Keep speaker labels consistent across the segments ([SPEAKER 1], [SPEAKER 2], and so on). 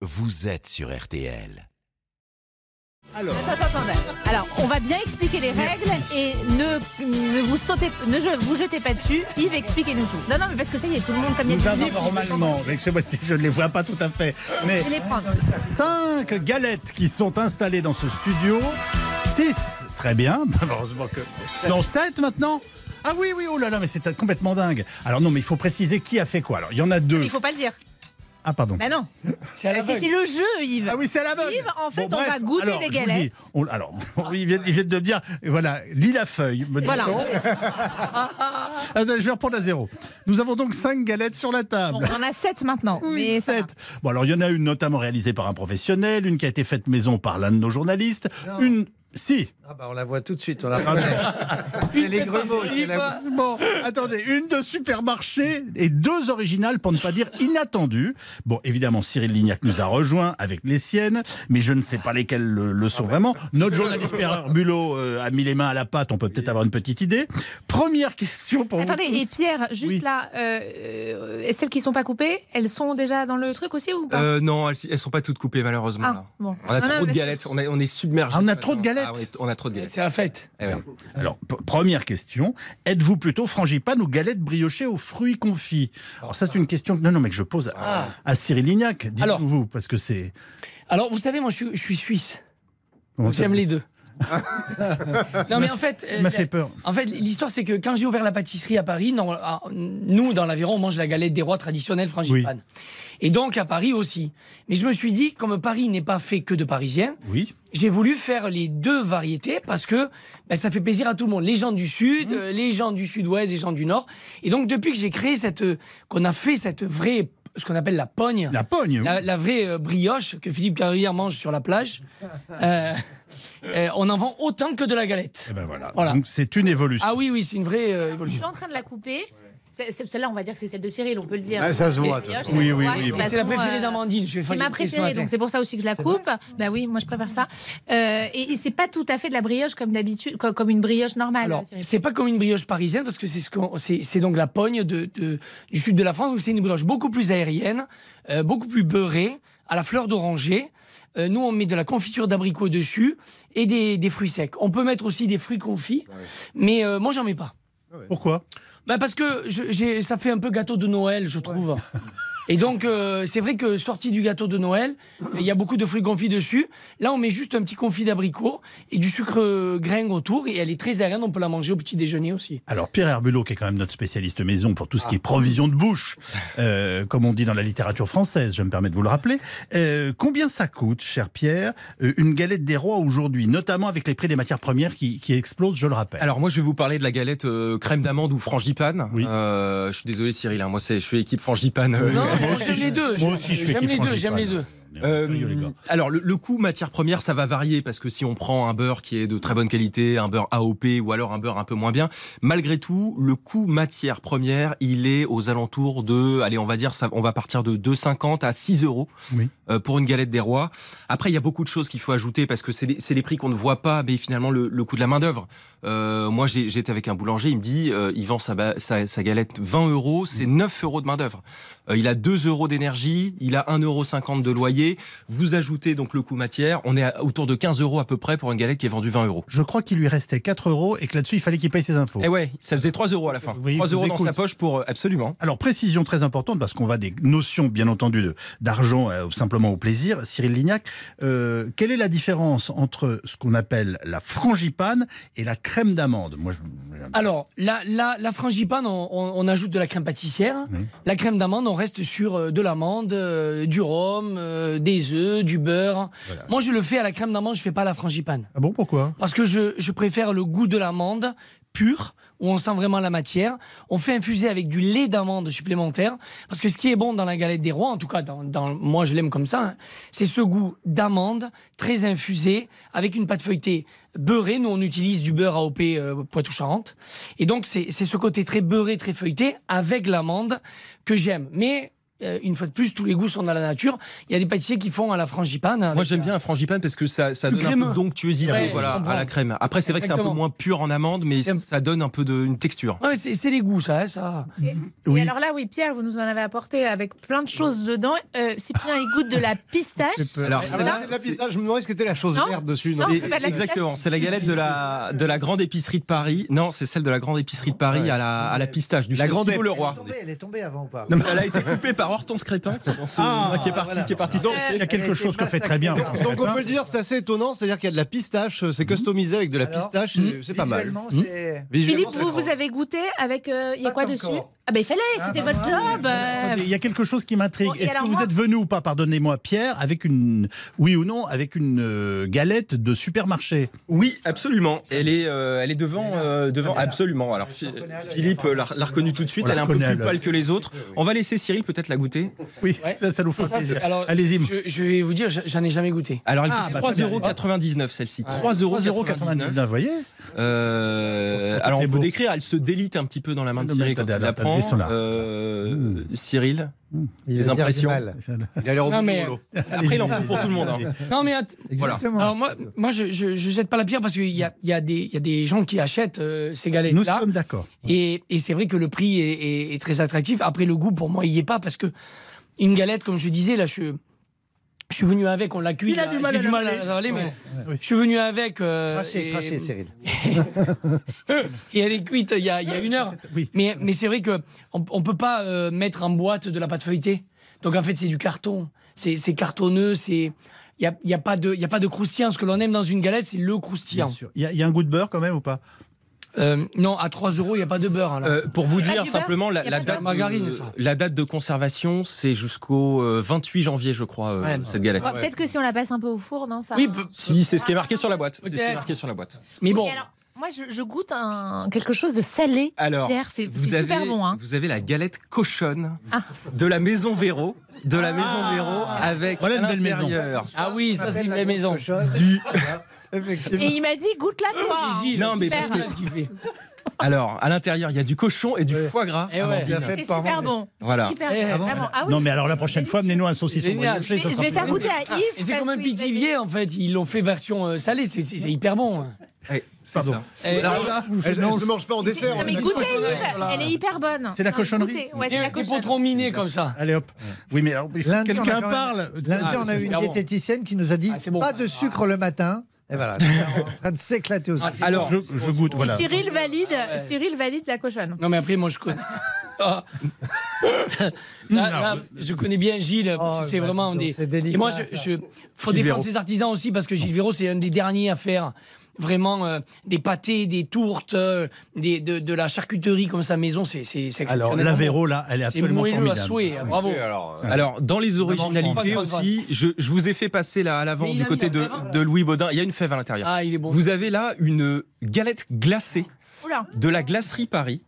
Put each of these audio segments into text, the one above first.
[SPEAKER 1] Vous êtes sur RTL.
[SPEAKER 2] Alors,
[SPEAKER 3] Attends, attends, attends. Alors, on va bien expliquer les règles et ne, ne vous sautez, ne je- vous jetez pas dessus. Yves, expliquez-nous tout. Non, non, mais parce que ça y est, tout le monde, comme il y a
[SPEAKER 2] nous
[SPEAKER 3] du
[SPEAKER 2] avons
[SPEAKER 3] public, il veut
[SPEAKER 2] normalement, avec ce mois-ci, je ne les vois pas tout à fait, mais
[SPEAKER 3] s'en- les prendre.
[SPEAKER 2] cinq galettes qui sont installées dans ce studio. Six, très bien, heureusement que. Non, sept maintenant Ah oui, oui, oh là là, mais c'est complètement dingue. Alors non, mais il faut préciser qui a fait quoi. Alors, il y en a deux.
[SPEAKER 3] Il faut pas le dire.
[SPEAKER 2] Ah, pardon.
[SPEAKER 3] Bah non.
[SPEAKER 2] C'est à
[SPEAKER 3] Euh, C'est c'est le jeu, Yves.
[SPEAKER 2] Ah oui, c'est à l'aveugle.
[SPEAKER 3] Yves, en fait, on
[SPEAKER 2] bref,
[SPEAKER 3] va goûter
[SPEAKER 2] alors,
[SPEAKER 3] des
[SPEAKER 2] je vous le
[SPEAKER 3] galettes.
[SPEAKER 2] dis, on- alors, il vient, il vient de me dire, voilà, lis la feuille. me
[SPEAKER 3] Voilà.
[SPEAKER 2] dit-on. Attends, je vais reprendre à zéro. Nous avons donc cinq galettes sur la
[SPEAKER 3] Bon,
[SPEAKER 2] table.
[SPEAKER 3] on en a 7 maintenant. mais ça va.
[SPEAKER 2] Sept. Bon, alors il y en a une notamment réalisée par un professionnel, une qui a été faite maison par l'un de nos journalistes, une. Si.
[SPEAKER 4] Ah bah on la voit tout de suite, on la reconnaît. c'est les gremots, c'est la...
[SPEAKER 2] Bon, attendez, une de supermarché et deux originales pour ne pas dire inattendues. Bon, évidemment, Cyril Lignac nous a rejoints avec les siennes, mais je ne sais pas lesquelles le, le sont vraiment. Notre journaliste Pierre Bulot euh, a mis les mains à la pâte, on peut peut-être avoir une petite idée. Première question pour vous.
[SPEAKER 3] Attendez,
[SPEAKER 2] tous.
[SPEAKER 3] et Pierre, juste
[SPEAKER 2] Oui.
[SPEAKER 3] là, euh, euh, celles qui sont pas coupées, elles sont déjà dans le truc aussi ou pas
[SPEAKER 5] Euh, non, elles, elles sont pas toutes coupées malheureusement.
[SPEAKER 3] Ah,
[SPEAKER 5] là.
[SPEAKER 3] bon.
[SPEAKER 5] On
[SPEAKER 3] Non,
[SPEAKER 5] a
[SPEAKER 3] non,
[SPEAKER 5] trop de
[SPEAKER 3] mais-
[SPEAKER 5] galettes, on, a- on est submergé.
[SPEAKER 2] Ah, on a
[SPEAKER 5] ce
[SPEAKER 2] trop de
[SPEAKER 5] matin.
[SPEAKER 2] galettes.
[SPEAKER 5] Ah, on, est- on a trop de galettes.
[SPEAKER 6] C'est la fête.
[SPEAKER 5] Eh ouais.
[SPEAKER 2] Alors, p- première question. Êtes-vous plutôt frangipane ou galette briochée aux fruits confits Alors, ça, c'est une question que, non, non, mais que je pose à, à Cyril Lignac.
[SPEAKER 6] Ah. Alors-
[SPEAKER 2] Dites-vous, parce que c'est.
[SPEAKER 6] Alors, vous savez, moi, je suis, je suis suisse.
[SPEAKER 2] comment ça-
[SPEAKER 6] J'aime les deux. non, mais en fait. euh,
[SPEAKER 2] Ça m'a fait peur.
[SPEAKER 6] En fait, l'histoire, c'est que quand j'ai ouvert la pâtisserie à Paris, non, à- nous, dans l'Aveyron, on mange la galette des rois traditionnelle frangipane. Et donc, à Paris aussi. Mais je me suis dit, comme Paris n'est pas fait que de Parisiens,
[SPEAKER 2] Oui.
[SPEAKER 6] j'ai voulu faire les deux variétés parce que ben, ça fait plaisir à tout le monde. Les gens du
[SPEAKER 2] Mmh.
[SPEAKER 6] sud, euh, les gens du sud-ouest, les gens du nord. Et donc, depuis que j'ai créé cette. euh, qu'on a fait cette vraie. ce qu'on appelle la pogne.
[SPEAKER 2] La pogne.
[SPEAKER 6] La, la vraie euh, brioche que Philippe Carrière mange sur la plage, euh, euh, on en vend autant que de la galette.
[SPEAKER 2] Eh ben voilà.
[SPEAKER 6] Voilà.
[SPEAKER 2] Donc, c'est une évolution.
[SPEAKER 6] Ah oui, oui, c'est une vraie euh,
[SPEAKER 3] Je suis
[SPEAKER 6] évolution.
[SPEAKER 3] en train de la couper. C'est- c'est- Celle-là, on va dire que c'est celle de Cyril, on peut le dire.
[SPEAKER 4] Ah, ça se voit. toi.
[SPEAKER 3] Brioche,
[SPEAKER 2] Oui,
[SPEAKER 3] la
[SPEAKER 2] oui,
[SPEAKER 3] droite,
[SPEAKER 2] oui,
[SPEAKER 3] de
[SPEAKER 2] oui.
[SPEAKER 3] toute
[SPEAKER 6] C'est la
[SPEAKER 3] façon,
[SPEAKER 6] préférée
[SPEAKER 3] euh,
[SPEAKER 6] d'Amandine. Je vais
[SPEAKER 3] C'est
[SPEAKER 6] faire
[SPEAKER 3] ma
[SPEAKER 6] une prise ce
[SPEAKER 3] préférée,
[SPEAKER 6] matin.
[SPEAKER 3] donc c'est pour ça aussi que je la coupe. Bah oui, moi je préfère ça. Euh, et et c'est pas tout à fait de la brioche comme d'habitude, co- comme, une brioche normale.
[SPEAKER 6] Alors,
[SPEAKER 3] Cyril.
[SPEAKER 6] c'est pas comme une brioche parisienne parce que c'est ce qu'on- c'est c'est donc la pogne de, de- du sud de la France, donc c'est une brioche beaucoup plus aérienne, euh, beaucoup plus beurrée, à la fleur d'oranger. Euh, nous, on met de la confiture d'abricot dessus et des, des fruits secs. On peut mettre aussi des fruits confits, mais euh, moi, j'en mets pas.
[SPEAKER 2] Pourquoi
[SPEAKER 6] Bah parce que je- j'ai- ça fait un peu gâteau de Noël, je trouve. Et donc, euh, c'est vrai que sorti du gâteau de Noël, il y a beaucoup de fruits confits dessus. Là, on met juste un petit confit d'abricot et du sucre euh, grain autour. Et elle est très aérienne, on peut la manger au petit déjeuner aussi.
[SPEAKER 2] Alors, Pierre Herbulot, qui est quand même notre spécialiste maison pour tout ce qui est provision de bouche,
[SPEAKER 6] Ah.
[SPEAKER 2] euh, comme on dit dans la littérature française, je me permets de vous le rappeler. Euh, combien ça coûte, cher Pierre, euh, une galette des rois aujourd'hui, notamment avec les prix des matières premières qui, qui explosent, je le rappelle
[SPEAKER 5] Alors moi je vais vous parler de la galette euh, crème d'amande ou frangipane.
[SPEAKER 2] Oui.
[SPEAKER 5] Euh, je suis désolé Cyril, hein, moi c'est je suis équipe frangipane. euh,
[SPEAKER 6] Non, j'aime les deux.
[SPEAKER 2] Moi aussi, je suis
[SPEAKER 6] J'aime les
[SPEAKER 2] équipe
[SPEAKER 6] deux, j'aime les deux.
[SPEAKER 2] On est
[SPEAKER 5] Euh,
[SPEAKER 2] sérieux, les gars.
[SPEAKER 5] alors le, le coût matière première ça va varier parce que si on prend un beurre qui est de très bonne qualité, un beurre AOP ou alors un beurre un peu moins bien, malgré tout le coût matière première il est aux alentours de, allez on va dire ça, on va partir de 2,50 à 6 euros
[SPEAKER 2] Oui.
[SPEAKER 5] euh, pour une galette des rois. Après il y a beaucoup de choses qu'il faut ajouter parce que c'est des, c'est des prix qu'on ne voit pas mais finalement le, le coût de la main d'œuvre. Euh, moi j'ai- j'étais avec un boulanger, il me dit euh, il vend sa, ba- sa, sa galette 20 euros, c'est 9 euros de main d'œuvre. Euh, il a 2 euros d'énergie, il a 1,50 euros de loyer. Vous ajoutez donc le coût matière, on est à- autour de 15 euros à peu près pour une galette qui est vendue 20 euros.
[SPEAKER 2] Je crois qu'il lui restait 4 euros et que là-dessus, il fallait qu'il paye ses impôts.
[SPEAKER 5] Eh ouais, ça faisait 3 euros à la fin.
[SPEAKER 2] Vous voyez,
[SPEAKER 5] 3
[SPEAKER 2] je vous
[SPEAKER 5] euros dans sa
[SPEAKER 2] écoute.
[SPEAKER 5] poche pour. euh, Absolument.
[SPEAKER 2] Alors, précision très importante, parce qu'on va des notions, bien entendu, de- d'argent euh, simplement au plaisir. Cyril Lignac, euh, quelle est la différence entre ce qu'on appelle la frangipane et la crème d'amande Moi, je-
[SPEAKER 6] Alors, la, la, la frangipane, on, on- on ajoute de la crème pâtissière.
[SPEAKER 2] Oui.
[SPEAKER 6] La crème d'amande, on reste sur euh, de l'amande, euh, du rhum, euh, des œufs, du beurre. Moi, je le fais à la crème d'amande, je fais pas à la frangipane.
[SPEAKER 2] Ah bon, pourquoi
[SPEAKER 6] Parce que je, je préfère le goût de l'amande pure, où on sent vraiment la matière. On fait infuser avec du lait d'amande supplémentaire. Parce que ce qui est bon dans la galette des rois, en tout cas, dans, dans- moi je l'aime comme ça, hein, c'est ce goût d'amande très infusé, avec une pâte feuilletée beurrée. Nous, on utilise du beurre AOP euh, Poitou-Charentes. Et donc, c'est c'est ce côté très beurré, très feuilleté, avec l'amande, que j'aime. Mais euh, une fois de plus, tous les goûts sont dans la nature. Il y a des pâtissiers qui font à la frangipane.
[SPEAKER 5] Moi,
[SPEAKER 6] avec,
[SPEAKER 5] j'aime
[SPEAKER 6] euh,
[SPEAKER 5] bien la frangipane parce que ça, ça
[SPEAKER 6] Plus
[SPEAKER 5] donne un peu
[SPEAKER 6] crémeux.
[SPEAKER 5] d'onctuosité
[SPEAKER 6] Ouais, je
[SPEAKER 5] voilà,
[SPEAKER 6] comprends.
[SPEAKER 5] à la crème. Après, c'est vrai que c'est un peu
[SPEAKER 6] Exactement.
[SPEAKER 5] moins pur en amande, mais
[SPEAKER 6] C'est un-
[SPEAKER 5] ça donne un peu de, une texture.
[SPEAKER 6] Ouais, c'est c'est les goûts, ça. hein, ça.
[SPEAKER 2] Oui.
[SPEAKER 3] Et alors là, oui, Pierre, vous nous en avez apporté avec plein de choses dedans. Euh, Cyprien, il goûte de la pistache.
[SPEAKER 5] Alors,
[SPEAKER 3] c'est
[SPEAKER 5] celle-là,
[SPEAKER 3] là-
[SPEAKER 4] c'est de la pistache, je me demandais ce que c'était la chose
[SPEAKER 3] Non,
[SPEAKER 4] verte dessus.
[SPEAKER 3] non,
[SPEAKER 5] Et-
[SPEAKER 3] c'est pas de la pistache.
[SPEAKER 5] Exactement, c'est la galette de la, de la grande épicerie de Paris. Non, c'est celle de la grande épicerie de Paris à, la, à la pistache, du
[SPEAKER 4] La
[SPEAKER 5] chef
[SPEAKER 4] grande
[SPEAKER 5] Thibault
[SPEAKER 4] ép-
[SPEAKER 5] Leroy.
[SPEAKER 4] Elle est tombée, elle est tombée avant ou pas
[SPEAKER 5] Elle a été coupée par Hortense Crépin, qui, dans ce-
[SPEAKER 4] Ah,
[SPEAKER 5] qui est parti,
[SPEAKER 4] voilà.
[SPEAKER 5] qui est parti.
[SPEAKER 2] Donc, il y a quelque chose que fait hein. très bien.
[SPEAKER 7] Donc, Donc on peut le dire, c'est assez étonnant, c'est-à-dire qu'il y a de la pistache, euh, c'est customisé avec de la
[SPEAKER 4] Mhm. Alors, Mhm.
[SPEAKER 7] pistache, et
[SPEAKER 5] Hmm.
[SPEAKER 7] c'est pas mal.
[SPEAKER 4] Visuellement, c'est.
[SPEAKER 7] Visuellement,
[SPEAKER 3] Philippe,
[SPEAKER 7] c'est
[SPEAKER 3] vous, vous
[SPEAKER 7] grand.
[SPEAKER 3] avez goûté avec. euh, Il y a
[SPEAKER 4] Pas
[SPEAKER 3] quoi
[SPEAKER 4] comme
[SPEAKER 3] dessus
[SPEAKER 4] quand.
[SPEAKER 3] Ah ben il fallait,
[SPEAKER 4] Ah,
[SPEAKER 3] c'était
[SPEAKER 4] bah,
[SPEAKER 3] votre
[SPEAKER 4] moi,
[SPEAKER 3] job. euh,
[SPEAKER 2] Attendez, Il y a quelque chose qui m'intrigue.
[SPEAKER 3] Bon, et
[SPEAKER 2] Est-ce
[SPEAKER 3] alors
[SPEAKER 2] que vous
[SPEAKER 3] moi-
[SPEAKER 2] êtes venu ou pas, pardonnez-moi Pierre, avec une, oui ou non, avec une euh, galette de supermarché
[SPEAKER 5] Oui, absolument. Elle est, euh, elle est devant, euh, devant,
[SPEAKER 4] Ah, mais là.
[SPEAKER 5] absolument. Alors, Phi- Philippe euh, l'a l'a reconnue tout de suite.
[SPEAKER 2] On la
[SPEAKER 5] Elle est un peu
[SPEAKER 2] reconnaît,
[SPEAKER 5] plus
[SPEAKER 2] elle.
[SPEAKER 5] pâle que les autres. On va laisser Cyril peut-être la goûter.
[SPEAKER 2] Oui,
[SPEAKER 6] Ouais.
[SPEAKER 2] ça, ça nous fera
[SPEAKER 6] Ça, c'est-
[SPEAKER 2] plaisir.
[SPEAKER 6] alors,
[SPEAKER 2] Allez-y.
[SPEAKER 6] Je, je vais vous dire, j'en ai jamais goûté.
[SPEAKER 5] Alors, elle
[SPEAKER 2] Ah,
[SPEAKER 5] coûte
[SPEAKER 2] bah,
[SPEAKER 5] 3,99
[SPEAKER 2] très bien.
[SPEAKER 5] euros 99 celle-ci. 3,99
[SPEAKER 2] 3,99€, vous voyez
[SPEAKER 5] Euh,
[SPEAKER 2] Quand
[SPEAKER 5] alors
[SPEAKER 2] t'es
[SPEAKER 5] on peut
[SPEAKER 2] beau.
[SPEAKER 5] décrire, elle se délite un petit peu dans la main de
[SPEAKER 2] Non, mais
[SPEAKER 5] Cyril quand
[SPEAKER 2] attendez,
[SPEAKER 5] il la
[SPEAKER 2] attendez,
[SPEAKER 5] prend.
[SPEAKER 2] ils sont là.
[SPEAKER 5] Euh,
[SPEAKER 2] Mmh.
[SPEAKER 5] Cyril,
[SPEAKER 4] Il
[SPEAKER 5] les
[SPEAKER 4] va dire du
[SPEAKER 5] impressions.
[SPEAKER 4] mal.
[SPEAKER 7] Il a l'air au
[SPEAKER 6] Non,
[SPEAKER 7] bout
[SPEAKER 6] mais-
[SPEAKER 7] du rouleau.
[SPEAKER 5] après il en faut pour tout le monde. hein.
[SPEAKER 6] Non, mais att-
[SPEAKER 5] Voilà.
[SPEAKER 4] Exactement.
[SPEAKER 6] alors moi, moi je, je, je jette pas la pierre parce qu'il y a, il y, a des- il y a des gens qui achètent euh, ces galettes-là.
[SPEAKER 2] Nous sommes d'accord.
[SPEAKER 6] Et, et c'est vrai que le prix est, est- est très attractif. Après, le goût, pour moi, il n'y est pas parce que une galette, comme je disais, là, je, je suis venu avec, on l'a cuit.
[SPEAKER 2] Il a
[SPEAKER 6] là,
[SPEAKER 2] du mal
[SPEAKER 6] j'ai
[SPEAKER 2] à
[SPEAKER 6] du mal à
[SPEAKER 2] l'avaler.
[SPEAKER 6] l'avaler, mais
[SPEAKER 2] ouais.
[SPEAKER 6] je suis venu avec. euh,
[SPEAKER 4] Craché,
[SPEAKER 6] et-
[SPEAKER 4] craché, Cyril.
[SPEAKER 6] et elle est cuite il y a, il y a une heure.
[SPEAKER 2] Oui.
[SPEAKER 6] Mais, mais c'est vrai qu'on ne peut pas euh, mettre en boîte de la pâte feuilletée. Donc en fait, c'est du carton. C'est c'est cartonneux, c'est. Il n'y a, il y a, pas de- il y a pas de croustillant. Ce que l'on aime dans une galette, c'est le
[SPEAKER 2] Bien
[SPEAKER 6] croustillant.
[SPEAKER 2] sûr. Il y, a- il y a un goût de beurre quand même ou pas
[SPEAKER 6] Euh, non, à 3 euros, il n'y a pas de Ah, beurre. hein, alors.
[SPEAKER 5] Euh, pour vous
[SPEAKER 3] Y a pas
[SPEAKER 5] dire
[SPEAKER 3] du beurre
[SPEAKER 5] simplement la,
[SPEAKER 3] Y a
[SPEAKER 5] la
[SPEAKER 3] pas de
[SPEAKER 5] date
[SPEAKER 6] beurre Margarine,
[SPEAKER 5] de,
[SPEAKER 6] ça.
[SPEAKER 5] la date de conservation, c'est jusqu'au euh, 28 janvier je crois euh,
[SPEAKER 6] Ouais.
[SPEAKER 5] cette galette.
[SPEAKER 3] bon, Peut-être que si on la passe un peu au four, non ça
[SPEAKER 6] oui, peu-
[SPEAKER 5] Si c'est ce qui est marqué sur la boîte. C'est ce qui est
[SPEAKER 6] Peut-être.
[SPEAKER 5] marqué sur la boîte.
[SPEAKER 6] mais
[SPEAKER 3] Oui,
[SPEAKER 6] bon.
[SPEAKER 3] alors, moi, je, je goûte un, quelque chose de salé.
[SPEAKER 5] Alors
[SPEAKER 3] Pierre, c'est
[SPEAKER 5] vous
[SPEAKER 3] c'est
[SPEAKER 5] avez
[SPEAKER 3] super bon. Hein.
[SPEAKER 5] vous avez la galette cochonne
[SPEAKER 3] Ah.
[SPEAKER 5] de la maison Véro de la maison Véro avec
[SPEAKER 2] Voilà une
[SPEAKER 5] à
[SPEAKER 2] belle maison.
[SPEAKER 5] l'intérieur.
[SPEAKER 6] Ah oui, ça, c'est une belle maison.
[SPEAKER 4] Du. Effectivement.
[SPEAKER 3] Et il m'a dit, goûte-la toi.
[SPEAKER 6] Chez Gilles,
[SPEAKER 5] Non, mais
[SPEAKER 6] super,
[SPEAKER 5] parce que-
[SPEAKER 6] ce qu'il fait.
[SPEAKER 5] Alors à l'intérieur il y a du cochon et du
[SPEAKER 4] Ouais.
[SPEAKER 5] foie gras.
[SPEAKER 6] Eh ouais.
[SPEAKER 5] Amandine.
[SPEAKER 4] Il a fait
[SPEAKER 3] C'est
[SPEAKER 4] par
[SPEAKER 3] super
[SPEAKER 4] moi.
[SPEAKER 3] bon. C'est
[SPEAKER 5] Voilà.
[SPEAKER 3] Hyper
[SPEAKER 6] Eh,
[SPEAKER 3] bon. Vraiment. Ah oui.
[SPEAKER 2] Non, mais alors la prochaine fois, amenez-nous un saucisson
[SPEAKER 6] Génial.
[SPEAKER 2] brioché.
[SPEAKER 3] Je vais-
[SPEAKER 2] ça
[SPEAKER 3] je
[SPEAKER 2] sera
[SPEAKER 3] vais faire
[SPEAKER 2] plus-
[SPEAKER 3] goûter à Yves.
[SPEAKER 6] Et c'est
[SPEAKER 3] parce
[SPEAKER 6] comme un
[SPEAKER 3] qu'il
[SPEAKER 6] pitivier en fait, ils l'ont fait version euh, salée, c'est c'est- c'est hyper bon. hein.
[SPEAKER 5] Ouais, c'est
[SPEAKER 2] Pardon.
[SPEAKER 5] ça.
[SPEAKER 6] Eh,
[SPEAKER 5] Alors,
[SPEAKER 7] Elle elle se mange pas en dessert.
[SPEAKER 3] avait- Non,
[SPEAKER 7] on
[SPEAKER 3] mais
[SPEAKER 7] a dit.
[SPEAKER 3] goûtez,
[SPEAKER 6] cochonnerie,
[SPEAKER 3] Yves.
[SPEAKER 6] voilà.
[SPEAKER 3] Elle est hyper bonne.
[SPEAKER 2] C'est la
[SPEAKER 3] Non,
[SPEAKER 2] cochonnerie
[SPEAKER 3] goûtez. Ouais, c'est
[SPEAKER 6] des,
[SPEAKER 3] la
[SPEAKER 6] des
[SPEAKER 3] cochonnerie.
[SPEAKER 6] potrons minés comme ça.
[SPEAKER 2] Allez hop. Oui, mais alors, il faut que
[SPEAKER 4] Lundi, on a
[SPEAKER 2] quelqu'un
[SPEAKER 4] quand même-
[SPEAKER 2] parle.
[SPEAKER 4] Lundi,
[SPEAKER 6] Ah,
[SPEAKER 4] on a
[SPEAKER 6] c'est
[SPEAKER 4] eu une
[SPEAKER 6] super bon.
[SPEAKER 4] diététicienne qui nous a dit
[SPEAKER 6] Ah, c'est bon.
[SPEAKER 4] pas de sucre le matin. Et voilà, on est en train de s'éclater aussi.
[SPEAKER 6] Ah, c'est-
[SPEAKER 5] Alors,
[SPEAKER 2] Je, je goûte, voilà.
[SPEAKER 3] Cyril valide,
[SPEAKER 6] Ah ouais.
[SPEAKER 3] Cyril valide la cochonne.
[SPEAKER 6] Non mais après moi je connais. Ah. là, là, je connais bien Gilles parce
[SPEAKER 4] Oh,
[SPEAKER 6] que c'est
[SPEAKER 4] bah,
[SPEAKER 6] vraiment
[SPEAKER 4] dis donc,
[SPEAKER 6] des.
[SPEAKER 4] c'est délicat,
[SPEAKER 6] Et moi je,
[SPEAKER 4] ça.
[SPEAKER 6] je- faut
[SPEAKER 5] Gilles Véro.
[SPEAKER 6] défendre ces artisans aussi parce que Gilles Véro c'est un des derniers à faire vraiment euh, des pâtés, des tourtes, euh, des, de, de la charcuterie comme sa maison, c'est c'est- c'est
[SPEAKER 2] Alors,
[SPEAKER 6] exceptionnel.
[SPEAKER 2] la Véro, là, elle est
[SPEAKER 6] c'est
[SPEAKER 2] absolument
[SPEAKER 6] moelleux à
[SPEAKER 2] formidable. Ah
[SPEAKER 6] souhait. hein,
[SPEAKER 5] Ah,
[SPEAKER 6] Bravo.
[SPEAKER 7] Alors,
[SPEAKER 5] Alors, dans les
[SPEAKER 6] Pas de
[SPEAKER 5] originalités
[SPEAKER 6] bonne
[SPEAKER 5] aussi, je, je vous ai fait passer là à l'avant
[SPEAKER 6] Mais il
[SPEAKER 5] du
[SPEAKER 6] a
[SPEAKER 5] côté
[SPEAKER 6] mis la
[SPEAKER 5] de,
[SPEAKER 6] fève. hein.
[SPEAKER 5] de Louis Baudin. Il y a une fève à l'intérieur.
[SPEAKER 6] Ah il est bon.
[SPEAKER 5] Vous avez là une galette glacée
[SPEAKER 3] Oula.
[SPEAKER 5] de la glacerie Paris.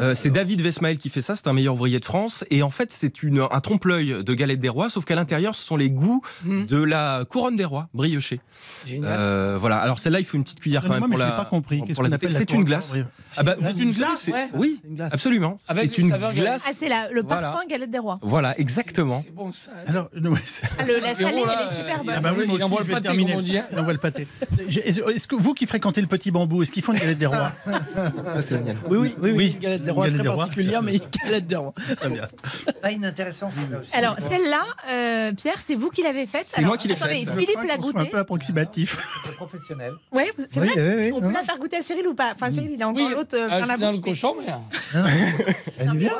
[SPEAKER 5] Euh, c'est David Vesmael qui fait ça, c'est un meilleur ouvrier de France. Et en fait, c'est une, un trompe-l'œil de galette des rois, sauf qu'à l'intérieur, ce sont les goûts
[SPEAKER 6] Mm.
[SPEAKER 5] de la couronne des rois, briochée.
[SPEAKER 6] Génial.
[SPEAKER 5] Euh, voilà, alors celle-là, il faut une petite cuillère quand même
[SPEAKER 2] Pardonnez-moi, Ah, mais
[SPEAKER 5] pour la.
[SPEAKER 2] je n'ai pas compris.
[SPEAKER 5] pour
[SPEAKER 2] Qu'est-ce
[SPEAKER 5] la
[SPEAKER 2] qu'on
[SPEAKER 5] goûter.
[SPEAKER 2] appelle la
[SPEAKER 5] C'est
[SPEAKER 2] tour
[SPEAKER 5] une glace.
[SPEAKER 2] Brioche
[SPEAKER 5] Ah bah,
[SPEAKER 6] C'est
[SPEAKER 5] vous-
[SPEAKER 2] une glace,
[SPEAKER 5] c'est-
[SPEAKER 6] ouais.
[SPEAKER 5] Oui, absolument.
[SPEAKER 6] Avec
[SPEAKER 5] C'est
[SPEAKER 6] les
[SPEAKER 5] bah, une
[SPEAKER 6] saveurs galettes.
[SPEAKER 5] glace.
[SPEAKER 3] Ah, c'est la- le
[SPEAKER 5] Voilà.
[SPEAKER 3] parfum galette des rois.
[SPEAKER 5] Voilà, exactement.
[SPEAKER 6] C'est bon ça.
[SPEAKER 2] Alors, non, mais c'est-
[SPEAKER 3] Ah, le- la salée,
[SPEAKER 6] Véro, là,
[SPEAKER 3] elle est super
[SPEAKER 6] euh,
[SPEAKER 3] bonne.
[SPEAKER 6] Ah
[SPEAKER 2] Ah bah oui,
[SPEAKER 6] oui,
[SPEAKER 2] moi
[SPEAKER 6] il
[SPEAKER 2] aussi,
[SPEAKER 6] envoie
[SPEAKER 2] je
[SPEAKER 6] le
[SPEAKER 2] vais
[SPEAKER 6] pâté,
[SPEAKER 2] terminer.
[SPEAKER 6] comme on dit, hein.
[SPEAKER 2] Il envoie le pâté. J'ai- Est-ce que vous qui fréquentez le petit bambou, est-ce qu'ils font une galette des rois
[SPEAKER 5] Ça, c'est génial.
[SPEAKER 8] Oui, oui, oui, oui.
[SPEAKER 2] Oui.
[SPEAKER 8] Une galette des rois
[SPEAKER 2] Galette
[SPEAKER 8] très
[SPEAKER 2] des rois.
[SPEAKER 8] particulière, mais une galette des
[SPEAKER 6] Ah,
[SPEAKER 8] rois.
[SPEAKER 4] Pas inintéressant, celle-là aussi.
[SPEAKER 3] Alors, celle-là, euh, Pierre, c'est vous qui l'avez faite.
[SPEAKER 5] C'est
[SPEAKER 3] Alors,
[SPEAKER 5] moi qui l'ai faite.
[SPEAKER 3] attendez,
[SPEAKER 5] Je
[SPEAKER 3] Philippe l'a
[SPEAKER 2] C'est un
[SPEAKER 3] goûtée.
[SPEAKER 2] peu approximatif.
[SPEAKER 4] C'est professionnel.
[SPEAKER 3] Ouais, c'est
[SPEAKER 4] Oui,
[SPEAKER 3] vrai.
[SPEAKER 4] oui, oui.
[SPEAKER 3] On peut la faire goûter à Cyril ou pas Enfin, Cyril, il a encore
[SPEAKER 6] Oui,
[SPEAKER 3] l'autre euh,
[SPEAKER 6] ah,
[SPEAKER 3] plein
[SPEAKER 6] je
[SPEAKER 3] la
[SPEAKER 6] suis dans le
[SPEAKER 3] bouche. mais-
[SPEAKER 6] cochon, mais.
[SPEAKER 4] Elle est bien.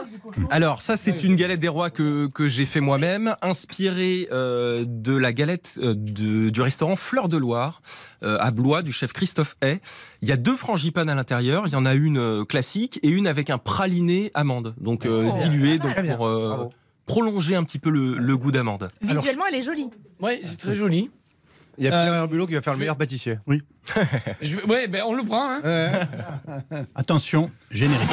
[SPEAKER 5] Alors, ça, c'est une galette des rois que, que j'ai fait moi-même, inspirée euh, de la galette euh, de- du restaurant Fleur de Loire euh, à Blois du chef Christophe Hay. Il y a deux frangipanes à l'intérieur. Il y en a une euh, classique et une avec un praliné amande, donc euh,
[SPEAKER 3] Oh.
[SPEAKER 5] diluée donc,
[SPEAKER 4] Très bien.
[SPEAKER 5] pour euh,
[SPEAKER 4] Bravo.
[SPEAKER 5] prolonger un petit peu le, le goût d'amande.
[SPEAKER 3] Visuellement, elle est jolie.
[SPEAKER 6] Oui, c'est très joli.
[SPEAKER 7] il y a
[SPEAKER 6] Euh,
[SPEAKER 7] Pierre Herbulot qui va faire le meilleur pâtissier.
[SPEAKER 6] Je... vais- Ouais, ben on le prend.
[SPEAKER 2] Euh.
[SPEAKER 6] Hein.
[SPEAKER 2] Attention, générique.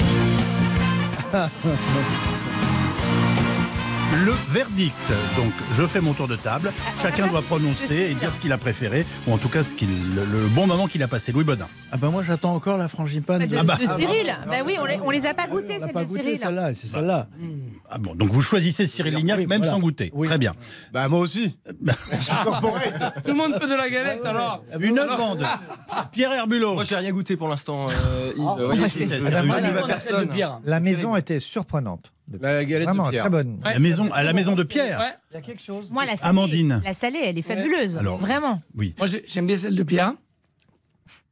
[SPEAKER 2] le verdict. Donc, je fais mon tour de table. Chacun doit prononcer et dire ce qu'il a préféré, ou en tout cas ce qu'il, le, le bon moment qu'il a passé. Louis Baudin.
[SPEAKER 8] Ah bah moi j'attends encore la frangipane.
[SPEAKER 3] De,
[SPEAKER 8] de-
[SPEAKER 2] Ah bah.
[SPEAKER 3] de Cyril Bah oui, on les, on les a pas goûtées,
[SPEAKER 8] On l'a
[SPEAKER 3] celles
[SPEAKER 8] pas
[SPEAKER 3] de
[SPEAKER 8] goûté,
[SPEAKER 3] Cyril.
[SPEAKER 8] celle-là, c'est celle-là.
[SPEAKER 2] Ah bon, donc vous choisissez Cyril Lignac
[SPEAKER 8] Oui,
[SPEAKER 2] même
[SPEAKER 8] voilà.
[SPEAKER 2] sans goûter.
[SPEAKER 8] Oui.
[SPEAKER 2] Très bien.
[SPEAKER 7] Bah moi aussi. Je suis corporate.
[SPEAKER 6] Tout le monde fait de la
[SPEAKER 2] Ah
[SPEAKER 6] galette alors.
[SPEAKER 9] Ah
[SPEAKER 2] Une bande. Pierre Herbulot.
[SPEAKER 5] Moi, j'ai rien goûté pour l'instant. euh, Yves. Euh, voyez, je-
[SPEAKER 2] c'est-
[SPEAKER 5] je-
[SPEAKER 2] c'est-
[SPEAKER 5] je-
[SPEAKER 6] Voilà,
[SPEAKER 5] je-
[SPEAKER 6] on a celle de Pierre.
[SPEAKER 4] La maison était surprenante.
[SPEAKER 7] La galette
[SPEAKER 4] Vraiment
[SPEAKER 7] de Pierre.
[SPEAKER 4] très bonne.
[SPEAKER 2] La maison, à la maison de Pierre.
[SPEAKER 6] Ouais.
[SPEAKER 4] Il y a quelque chose.
[SPEAKER 3] Moi, la salée,
[SPEAKER 2] Amandine.
[SPEAKER 3] La salée, elle est fabuleuse.
[SPEAKER 2] Alors-
[SPEAKER 3] Vraiment.
[SPEAKER 2] Oui.
[SPEAKER 6] Moi j'ai- j'aime bien celle de Pierre.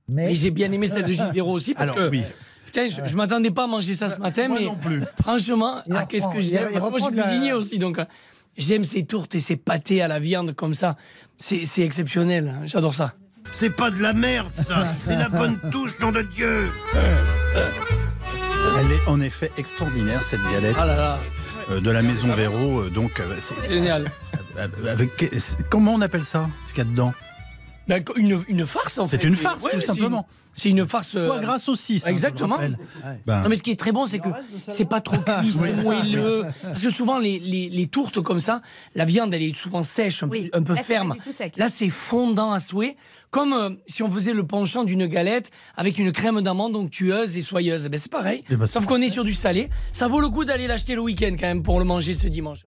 [SPEAKER 4] Mais
[SPEAKER 6] Et j'ai bien aimé celle de Gilles Véraud aussi parce
[SPEAKER 2] Alors,
[SPEAKER 6] que.
[SPEAKER 2] oui.
[SPEAKER 6] Putain, je, je m'attendais pas à manger ça ce matin,
[SPEAKER 2] Moi
[SPEAKER 6] mais
[SPEAKER 2] non plus.
[SPEAKER 6] franchement,
[SPEAKER 4] Il
[SPEAKER 6] ah, qu'est-ce
[SPEAKER 4] reprend,
[SPEAKER 6] que j'aime
[SPEAKER 4] il
[SPEAKER 6] Parce que Moi, je suis
[SPEAKER 4] reprend de la-
[SPEAKER 6] cuisinier aussi, donc euh, j'aime ces tourtes et ces pâtés à la viande comme ça. C'est c'est exceptionnel, hein, j'adore ça.
[SPEAKER 9] C'est pas de la merde, ça. C'est la bonne touche, nom de Dieu.
[SPEAKER 2] Elle est en effet extraordinaire cette galette
[SPEAKER 6] Ah là là,
[SPEAKER 2] euh, de la maison Véro. euh, donc, euh, c'est-
[SPEAKER 6] génial.
[SPEAKER 2] euh, avec, c'est- comment on appelle ça Ce qu'il y a dedans
[SPEAKER 6] Ben, une, une farce en fait.
[SPEAKER 2] C'est une farce,
[SPEAKER 6] Ouais,
[SPEAKER 2] tout
[SPEAKER 6] ouais, c'est
[SPEAKER 2] simplement.
[SPEAKER 6] une- C'est une farce. euh,
[SPEAKER 2] Foie gras saucisse. hein,
[SPEAKER 6] Exactement.
[SPEAKER 2] je le rappelle. Ben,
[SPEAKER 6] Non, mais ce qui est très bon, c'est que c'est pas trop cuit, c'est moelleux. Parce que souvent, les, les- les tourtes comme ça, la viande, elle est souvent sèche, un, peu-
[SPEAKER 3] Oui.
[SPEAKER 6] un peu
[SPEAKER 3] Là, c'est pas
[SPEAKER 6] ferme.
[SPEAKER 3] du tout sec.
[SPEAKER 6] Là, c'est fondant à souhait, comme euh, si on faisait le penchant d'une galette avec une crème d'amande onctueuse et soyeuse. Ben, c'est pareil.
[SPEAKER 2] Eh ben, c'est
[SPEAKER 6] Sauf qu'on est sur du salé. Ça vaut le coup d'aller l'acheter le week-end quand même pour le manger ce dimanche.